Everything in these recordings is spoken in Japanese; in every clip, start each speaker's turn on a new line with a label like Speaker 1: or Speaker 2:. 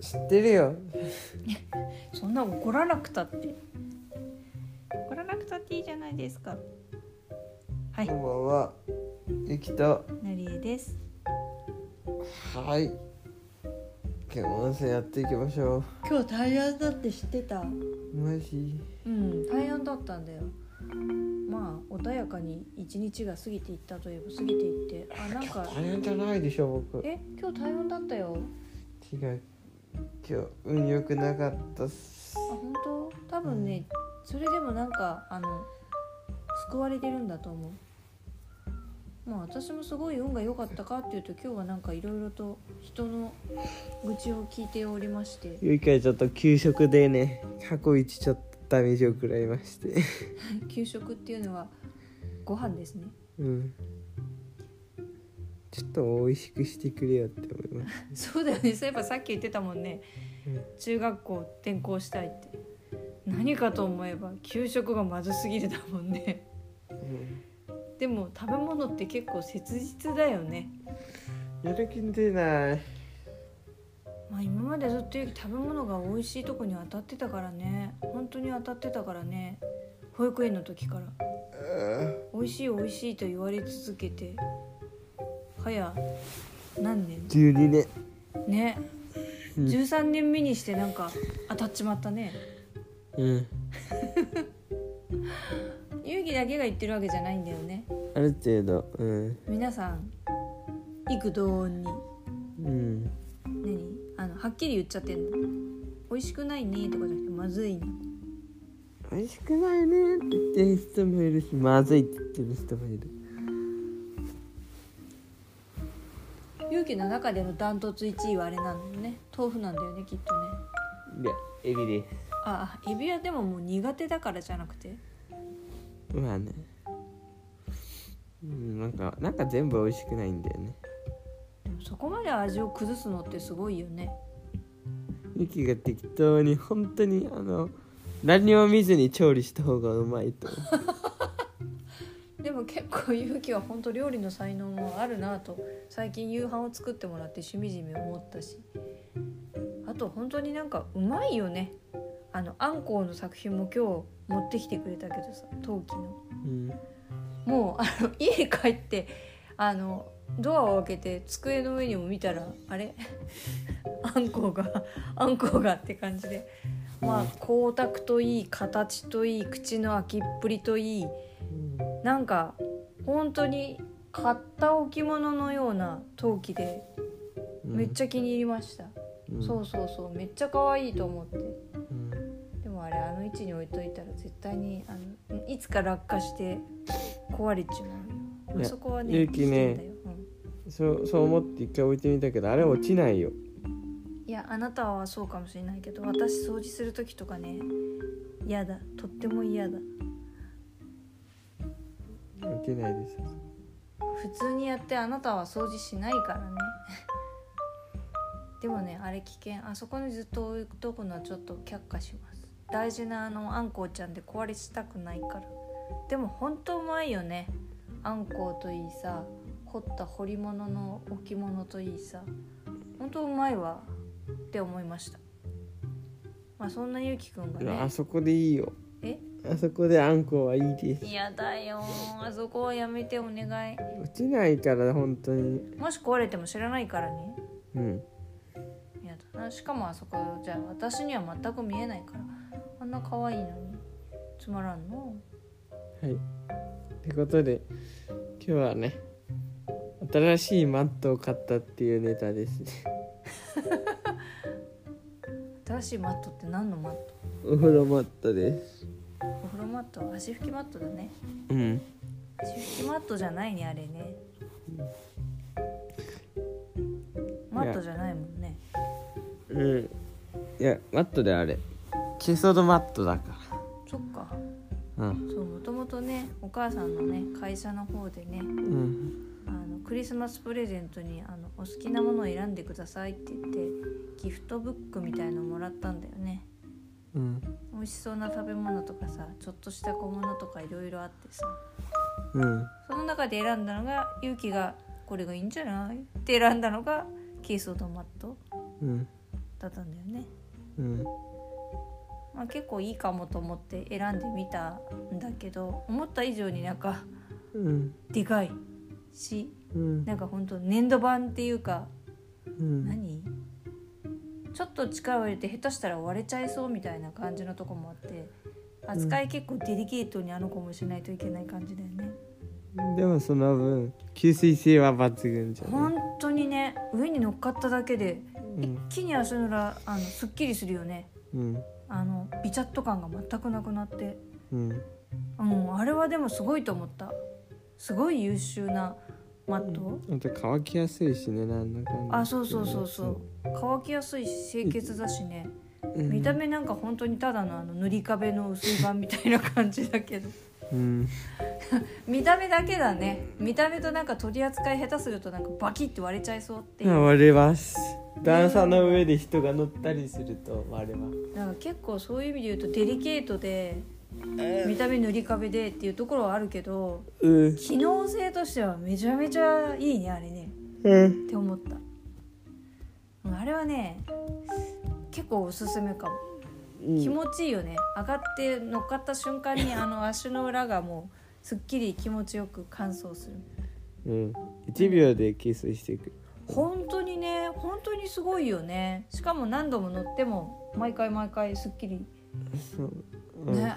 Speaker 1: 知ってるよ
Speaker 2: そんな怒らなくたって怒らなくたっていいじゃないですかはい
Speaker 1: こんばんはゆきと
Speaker 2: なりえです
Speaker 1: はい今日も温泉やっていきましょ
Speaker 2: 今日大安だって知ってた
Speaker 1: うマジ
Speaker 2: うん大安だったんだよまあ穏やかに一日が過ぎていったといえば過ぎていってあなんか
Speaker 1: 大変じゃないでしょ僕
Speaker 2: え今日大安だったよ
Speaker 1: 違う今日運良くなかったっす
Speaker 2: あ本当多分ね、それでもなんかあの救われてるんだと思うまあ私もすごい運が良かったかっていうと今日はなんかいろいろと人の愚痴を聞いておりまして
Speaker 1: ゆきはちょっと給食でね過去一ちょっとダメージを食らいまして
Speaker 2: 給食っていうのはご飯ですね
Speaker 1: うんちょっと美味しくしてくれよって思います
Speaker 2: そうだよねそういえばさっき言ってたもんね
Speaker 1: うん
Speaker 2: 中学校転校したいって何かと思えば給食がまずすぎるだもんね
Speaker 1: うん
Speaker 2: でも食べ物って結構切実だよね
Speaker 1: やる気出ない
Speaker 2: まあ、今までずっと食べ物が美味しいとこに当たってたからね本当に当たってたからね保育園の時から美味しい美味しいと言われ続けてはや何年
Speaker 1: 12年
Speaker 2: ね
Speaker 1: うん
Speaker 2: 13年目にしてなんか当たっちまったね
Speaker 1: うん
Speaker 2: 勇気だけが言ってるわけじゃないんだよね
Speaker 1: ある程度うん
Speaker 2: 皆さん幾度音に
Speaker 1: うん
Speaker 2: 何あのはっきり言っちゃってんの美味しくないねとかじゃなくてまずいね
Speaker 1: 美味しくないねって言ってる人もいるしまずいって言ってる人もいる
Speaker 2: 勇気の中でのダントツ1位はあれなんだよね豆腐なんだよねきっとね
Speaker 1: いやエビで
Speaker 2: ああエビはでももう苦手だからじゃなくて
Speaker 1: すまあねうんなんかなんか全部美味しくないんだよね
Speaker 2: でもそこまで味を崩すのってすごいよね
Speaker 1: ゆきが適当に本当にあの何も見ずに調理した方がうまいと思
Speaker 2: でも結構勇気は本当料理の才能もあるなと最近夕飯を作ってもらってしみじみ思ったしあと本当になんかうまいよねあのアンコウの作品も今日持ってきてくれたけどさ陶器の
Speaker 1: う、うん、
Speaker 2: もうあの家に帰ってあのドアを開けて机の上にも見たらあれ あんこうがあんこうがって感じでまあ光沢といい形といい口の開きっぷりといいなんか本当に買った置物のような陶器でめっち
Speaker 1: ゃ、
Speaker 2: ゃ気に入りました、
Speaker 1: うん、
Speaker 2: そうそうそうめっちゃ可愛いと思って
Speaker 1: うん、
Speaker 2: でもあれあの位置に置いといたら絶対にあのいつか落下して壊れちまうよ
Speaker 1: ね
Speaker 2: あそこはね
Speaker 1: 勇気ね
Speaker 2: 危険だよう
Speaker 1: そうそう思って一回置いてみたけどあれ落ちないよ
Speaker 2: んいやあなたはそうかもしれないけど私掃除する時とかね嫌だとっても嫌だ
Speaker 1: 落ちないです
Speaker 2: 普通にやってあなたは掃除しないからね でもねあれ危険あそこにずっと置くとこのはちょっと却下します大事なあのあんこうちゃんで壊れしたくないからでも本当うまいよねあんこうといいさ凝った彫り物の置物といいさ本当うまいわって思いましたまあそんなゆうきくんが
Speaker 1: いや
Speaker 2: ね
Speaker 1: あそこでいいよ
Speaker 2: え
Speaker 1: あそこであんこはいいです
Speaker 2: 嫌だよあそこはやめてお願い
Speaker 1: 落ちないから本当に
Speaker 2: もし壊れても知らないからね
Speaker 1: うん
Speaker 2: やだなしかもあそこじゃあ私には全く見えないからあんな可愛いのにつまらんの
Speaker 1: はいってことで今日はね新しいマットを買ったっていうネタですね
Speaker 2: 新しいマットって何のマット
Speaker 1: お風呂マットです
Speaker 2: お風呂マット足拭きマットだね
Speaker 1: うん
Speaker 2: 足拭きマットじゃないねあれねマットじゃないもんね
Speaker 1: うんいやマットであれチェソードマットだか
Speaker 2: そっから
Speaker 1: うん
Speaker 2: そうもともとねお母さんのね会社の方でね
Speaker 1: うん
Speaker 2: あのクリスマスプレゼントにあのお好きなものを選んでくださいって言ってギフトブックみたいのをもらったんだよね
Speaker 1: うん
Speaker 2: 美味しそうな食べ物とかさちょっとした小物とかいろいろあってさ
Speaker 1: うん
Speaker 2: その中で選んだのが勇気がこれがいいんじゃないって選んだのがケースオドマット
Speaker 1: うん
Speaker 2: だったんだよね、
Speaker 1: うん
Speaker 2: まあ、結構いいかもと思って選んでみたんだけど思った以上になんか
Speaker 1: うん
Speaker 2: でかいし
Speaker 1: うん
Speaker 2: なんかほんと粘土板っていうか
Speaker 1: うん
Speaker 2: 何ちょっと力を入れて下手したら割れちゃいそうみたいな感じのとこもあって扱い結構デリケートにあの子もしないといけない感じだよね、
Speaker 1: でもその分吸水性は抜群じゃ
Speaker 2: 本
Speaker 1: ね、
Speaker 2: 当にね上に乗っかっただけで
Speaker 1: うん
Speaker 2: 木に足の裏あのすっきりするよね
Speaker 1: うん
Speaker 2: あのビチャッと感が全くなくなって
Speaker 1: うん
Speaker 2: もうあれはでもすごいと思ったすごい優秀なマット、
Speaker 1: あと乾きやすいしねなんだかんだ
Speaker 2: あそうそうそうそう乾きやすいし清潔だしね、
Speaker 1: うん
Speaker 2: 見た目なんか本当にただのあの塗り壁の薄い版みたいな感じだけど
Speaker 1: うん
Speaker 2: 見た目だけだね見た目となんか取り扱い下手するとなんかバキッて割れちゃいそうっていう、
Speaker 1: 割れます段差の上で人が乗ったりすると割れます
Speaker 2: なんか結構そういう意味で言うとデリケートで見た目塗り壁でっていうところはあるけど
Speaker 1: うん
Speaker 2: 機能性としてはめちゃめちゃいいねあれね
Speaker 1: うん
Speaker 2: って思ったうんあれはね結構おすすめかも気持ちいいよね上がって乗っかった瞬間にあの足の裏がもうすっきり気持ちよく乾燥する
Speaker 1: うん1秒で吸水していく
Speaker 2: 本当にね本当にすごいよねしかも何度も乗っても毎回毎回すっきり
Speaker 1: そううん
Speaker 2: ね、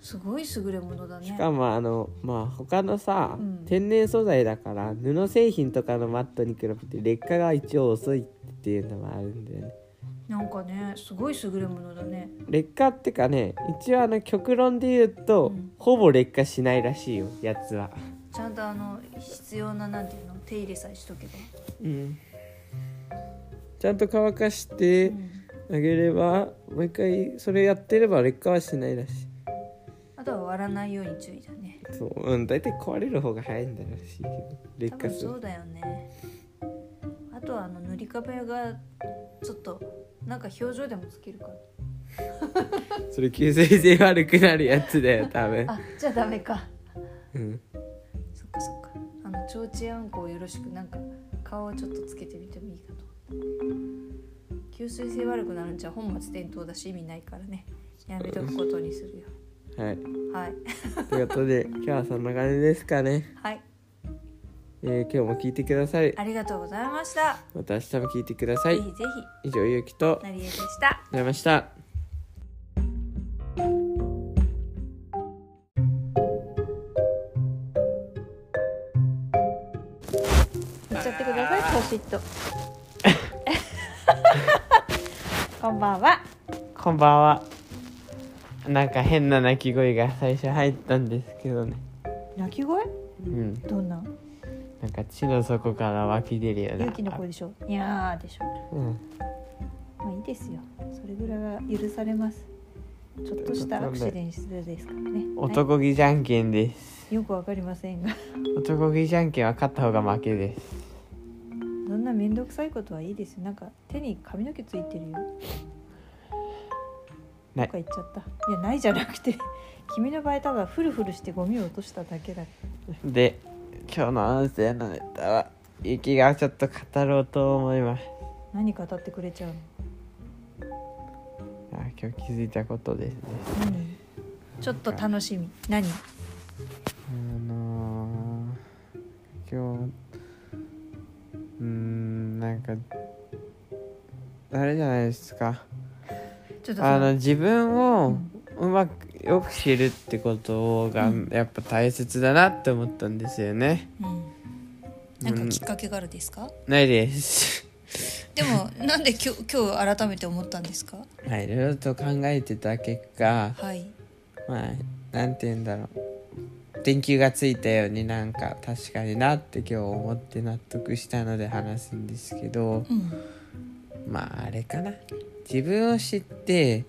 Speaker 2: すごい優れものだね
Speaker 1: しかもあのまあ他のさ、
Speaker 2: うん
Speaker 1: 天然素材だから布製品とかのマットに比べて劣化が一応遅いっていうのもあるんだよね
Speaker 2: なんかねすごい優れものだね
Speaker 1: 劣化ってかね一応あの極論で言うと、
Speaker 2: うん
Speaker 1: ほぼ劣化しないらしいよやつは
Speaker 2: ちゃんとあの必要ななんていうの手入れさえしとけば、
Speaker 1: うんちゃんと乾かして
Speaker 2: うん
Speaker 1: あげれば、もう一回それやってれば劣化はしないらしい
Speaker 2: あとは割らないように注意だね
Speaker 1: そう、うん、大体壊れる方が早いんだらしいけど劣
Speaker 2: 多
Speaker 1: 化
Speaker 2: 分
Speaker 1: す
Speaker 2: そ
Speaker 1: る
Speaker 2: うだよねあとはあの塗り壁がちょっとなんか表情でもつけるから
Speaker 1: それ吸水性悪くなるやつ だよ多分
Speaker 2: あじゃあダメか
Speaker 1: うん
Speaker 2: そっかそっかあのちょうちんあんこをよろしくなんか顔をちょっとつけてみてもいいかと吸水性悪くなるんじゃ本末転倒だし意味ないからねやめとくことにするよ
Speaker 1: はい
Speaker 2: はい
Speaker 1: ということで今日はそんな感じですかね、
Speaker 2: はい
Speaker 1: えー今日も聞いてください
Speaker 2: ありがとうございました、
Speaker 1: また明日も聞いてください
Speaker 2: ぜひぜ
Speaker 1: 以上ゆうきと
Speaker 2: ひなりえでした
Speaker 1: ございました
Speaker 2: 言っちゃってください、ポシッ と。こんばんは。
Speaker 1: こんばんはなんか変な鳴き声が最初入ったんですけどね
Speaker 2: 鳴き声？
Speaker 1: うん
Speaker 2: どんな？
Speaker 1: なんか地の底から湧き出るような
Speaker 2: 勇気の声でしょ。にゃーでしょ。
Speaker 1: うん
Speaker 2: まあいいですよ。それぐらいは許されます。ちょっとしたアクシデントですからね。は
Speaker 1: 男気じゃんけんです
Speaker 2: いよくわかりませんが、
Speaker 1: 男気じゃんけんは勝った方が負けです
Speaker 2: そんな面倒くさいことはいいですよ。なんか手に髪の毛ついてるよ。
Speaker 1: ない
Speaker 2: とか言っちゃった。いやないじゃなくて、 君の場合ただフルフルしてゴミを落としただけだ。
Speaker 1: で今日の音声のネタはゆきがちょっと語ろうと思います
Speaker 2: 何語ってくれちゃうの？
Speaker 1: あ今日気づいたことですね
Speaker 2: 何？ちょっと楽しみ。何？
Speaker 1: あのー、今日うーんなんかあれじゃないですか
Speaker 2: ちょっとその
Speaker 1: あの自分をうまくよく知るってことが
Speaker 2: うん
Speaker 1: やっぱ大切だなって思ったんですよね、
Speaker 2: うん、なんかきっかけがあるですか、
Speaker 1: ないです
Speaker 2: でもなんで今日今日改めて思ったんですか
Speaker 1: まあいろいろと考えてた結果
Speaker 2: はい
Speaker 1: まあなんて言うんだろう電球がついたようになんか確かになって今日思って納得したので話すんですけど、
Speaker 2: うん
Speaker 1: まああれかな自分を知って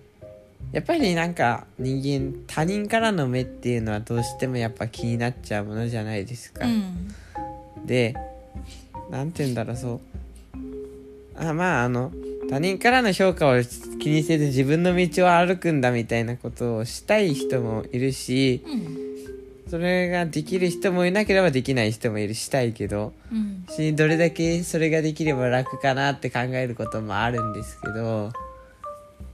Speaker 1: やっぱりなんか人間他人からの目っていうのはどうしてもやっぱ気になっちゃうものじゃないですか、
Speaker 2: うん
Speaker 1: でなんて言うんだろうそうあまああの他人からの評価を気にせず自分の道を歩くんだみたいなことをしたい人もいるし
Speaker 2: うん
Speaker 1: それができる人もいなければできない人もいるしたいけど
Speaker 2: うん
Speaker 1: しどれだけそれができれば楽かなって考えることもあるんですけど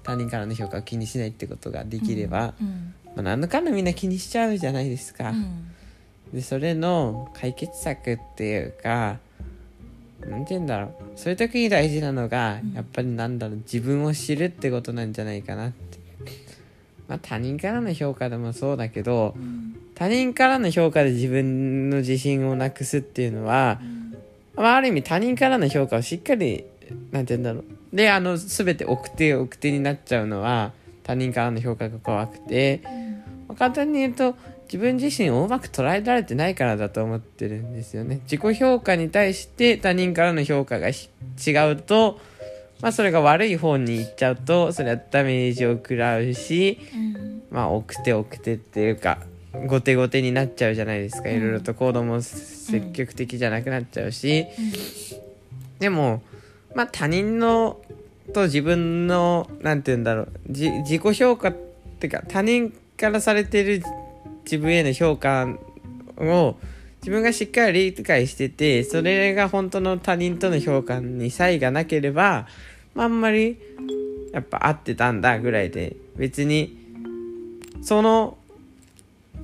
Speaker 1: 他人からの評価を気にしないってことができれば、
Speaker 2: うん
Speaker 1: まあ、何のかんのみんな気にしちゃうじゃないですか。
Speaker 2: うん
Speaker 1: でそれの解決策っていうか何て言うんだろうそういう時に大事なのが、
Speaker 2: うん
Speaker 1: やっぱりなんだろう自分を知るってことなんじゃないかなって。まあ、他人からの評価でもそうだけど
Speaker 2: うん
Speaker 1: 他人からの評価で自分の自信をなくすっていうのは
Speaker 2: う、ん
Speaker 1: まあ、ある意味他人からの評価をしっかりなんて言うんだろうであの全て奥手奥手になっちゃうのは他人からの評価が怖くて、まあ簡単に言うと自分自身をうまく捉えられてないからだと思ってるんですよね自己評価に対して他人からの評価がひ違うと、まあ、それが悪い方に行っちゃうとそれはダメージを食らうし
Speaker 2: うん
Speaker 1: まあ奥手奥手っていうか後手後手になっちゃうじゃないですか、
Speaker 2: うん
Speaker 1: いろいろと行動も積極的じゃなくなっちゃうし、でもまあ他人のと自分のなんて言うんだろうじ自己評価っていうか他人からされてる自分への評価を自分がしっかり理解しててそれが本当の他人との評価に差異がなければ、まあ、あんまりやっぱ合ってたんだぐらいで別にその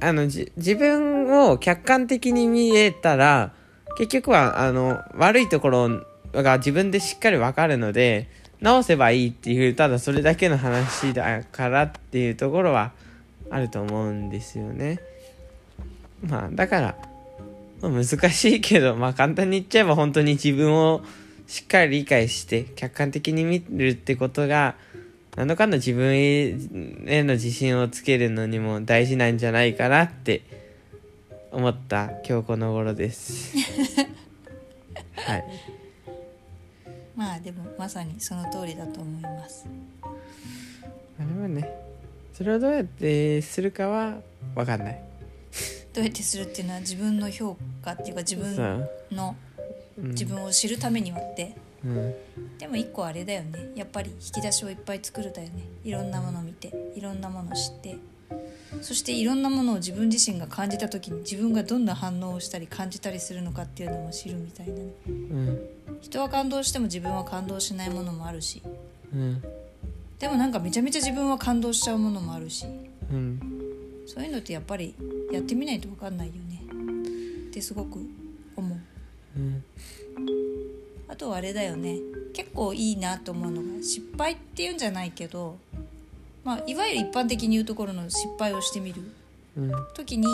Speaker 1: あのじ自分を客観的に見えたら結局はあの悪いところが自分でしっかり分かるので直せばいいっていうただそれだけの話だからっていうところはあると思うんですよね。まあだから、まあ難しいけどまあ簡単に言っちゃえば本当に自分をしっかり理解して客観的に見るってことが何のかんだ自分への自信をつけるのにも大事なんじゃないかなって思った今日この頃です。はい、
Speaker 2: まあでもまさにその通りだと思います
Speaker 1: あれはねそれをどうやってするかは分かんない。
Speaker 2: どうやってするっていうのは自分の評価っていうか自
Speaker 1: そ
Speaker 2: 分
Speaker 1: う
Speaker 2: の
Speaker 1: うん
Speaker 2: 自分を知るためにはって
Speaker 1: うん
Speaker 2: でも一個あれだよねやっぱり引き出しをいっぱい作るだよねいろんなものを見ていろんなものを知ってそしていろんなものを自分自身が感じた時に自分がどんな反応をしたり感じたりするのかっていうのも知るみたいなね
Speaker 1: うん
Speaker 2: 人は感動しても自分は感動しないものもあるし
Speaker 1: うん
Speaker 2: でもなんかめちゃめちゃ自分は感動しちゃうものもあるし
Speaker 1: うん
Speaker 2: そういうのってやっぱりやってみないと分かんないよねってすごく思う
Speaker 1: うん
Speaker 2: あとはあれだよね結構いいなと思うのが失敗っていうんじゃないけど、まあ、いわゆる一般的に言うところの失敗をしてみる
Speaker 1: うん
Speaker 2: 時に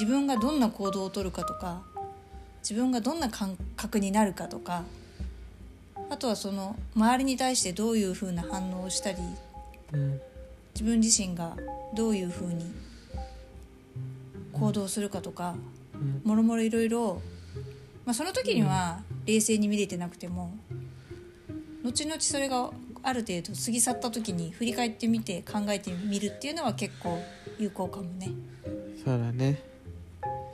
Speaker 2: 自分がどんな行動をとるかとか自分がどんな感覚になるかとかあとはその周りに対してどういうふうな反応をしたり
Speaker 1: うん
Speaker 2: 自分自身がどういうふうに行動するかとか
Speaker 1: うん
Speaker 2: もろもろいろいろ、まあ、その時には冷静に見れてなくても後々それがある程度過ぎ去った時に振り返ってみて考えてみるっていうのは結構有効かもね
Speaker 1: そうだね。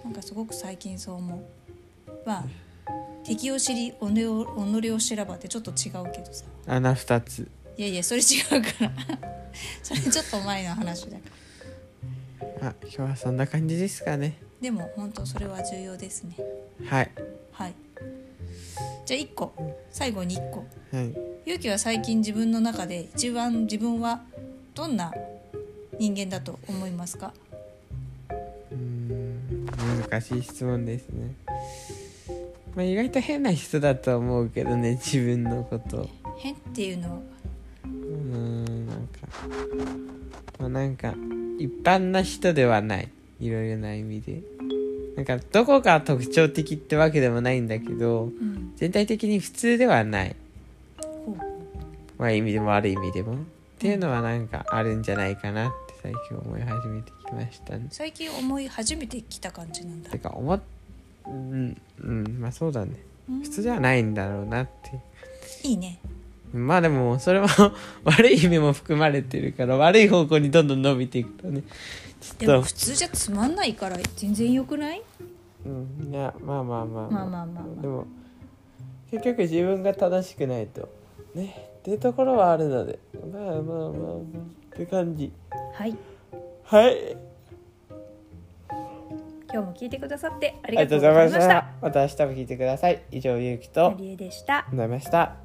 Speaker 2: なんかすごく最近そう思うまあ敵を知り己を己を知らばってちょっと違うけどさ
Speaker 1: 穴二つ。
Speaker 2: いやいやそれ違うから それちょっと前の話だから
Speaker 1: あ今日はそんな感じですかね。
Speaker 2: でも本当それは重要ですね
Speaker 1: はい
Speaker 2: はいじゃあ1個最後に1個
Speaker 1: はい
Speaker 2: 勇気は最近自分の中で一番自分はどんな人間だと思いますか
Speaker 1: うーん難しい質問ですね。まあ意外と変な人だと思うけどね自分のこと。
Speaker 2: 変っていうのは
Speaker 1: うーんなんかまあなんか一般な人ではないいろいろな意味でなんかどこが特徴的ってわけでもないんだけど
Speaker 2: うん
Speaker 1: 全体的に普通ではない
Speaker 2: こ
Speaker 1: まあいい意味でも悪い意味でもっていうのはなんかあるんじゃないかなって最近思い始めてきましたね
Speaker 2: う最近思い始めてきた感じなんだ
Speaker 1: てか思っうんうんまあそうだね
Speaker 2: うん
Speaker 1: 普通ではないんだろうなって
Speaker 2: いいね
Speaker 1: まあでも それは悪い意味も含まれてるから悪い方向にどんどん伸びていくとね
Speaker 2: で
Speaker 1: ちょ
Speaker 2: も
Speaker 1: っと
Speaker 2: 普通じゃつまんないから全然よくない
Speaker 1: うんいやまあまあまあ
Speaker 2: まあまあまあまあ
Speaker 1: でも結局自分が正しくないとねっていうところはあるのでまあまあまあまあって感じ
Speaker 2: はい
Speaker 1: はい
Speaker 2: 今日も聞いてくださってあ
Speaker 1: あ
Speaker 2: りがとうございました。
Speaker 1: また明日も聞いてください。以上、ゆうきと、
Speaker 2: りえでした。
Speaker 1: ございました。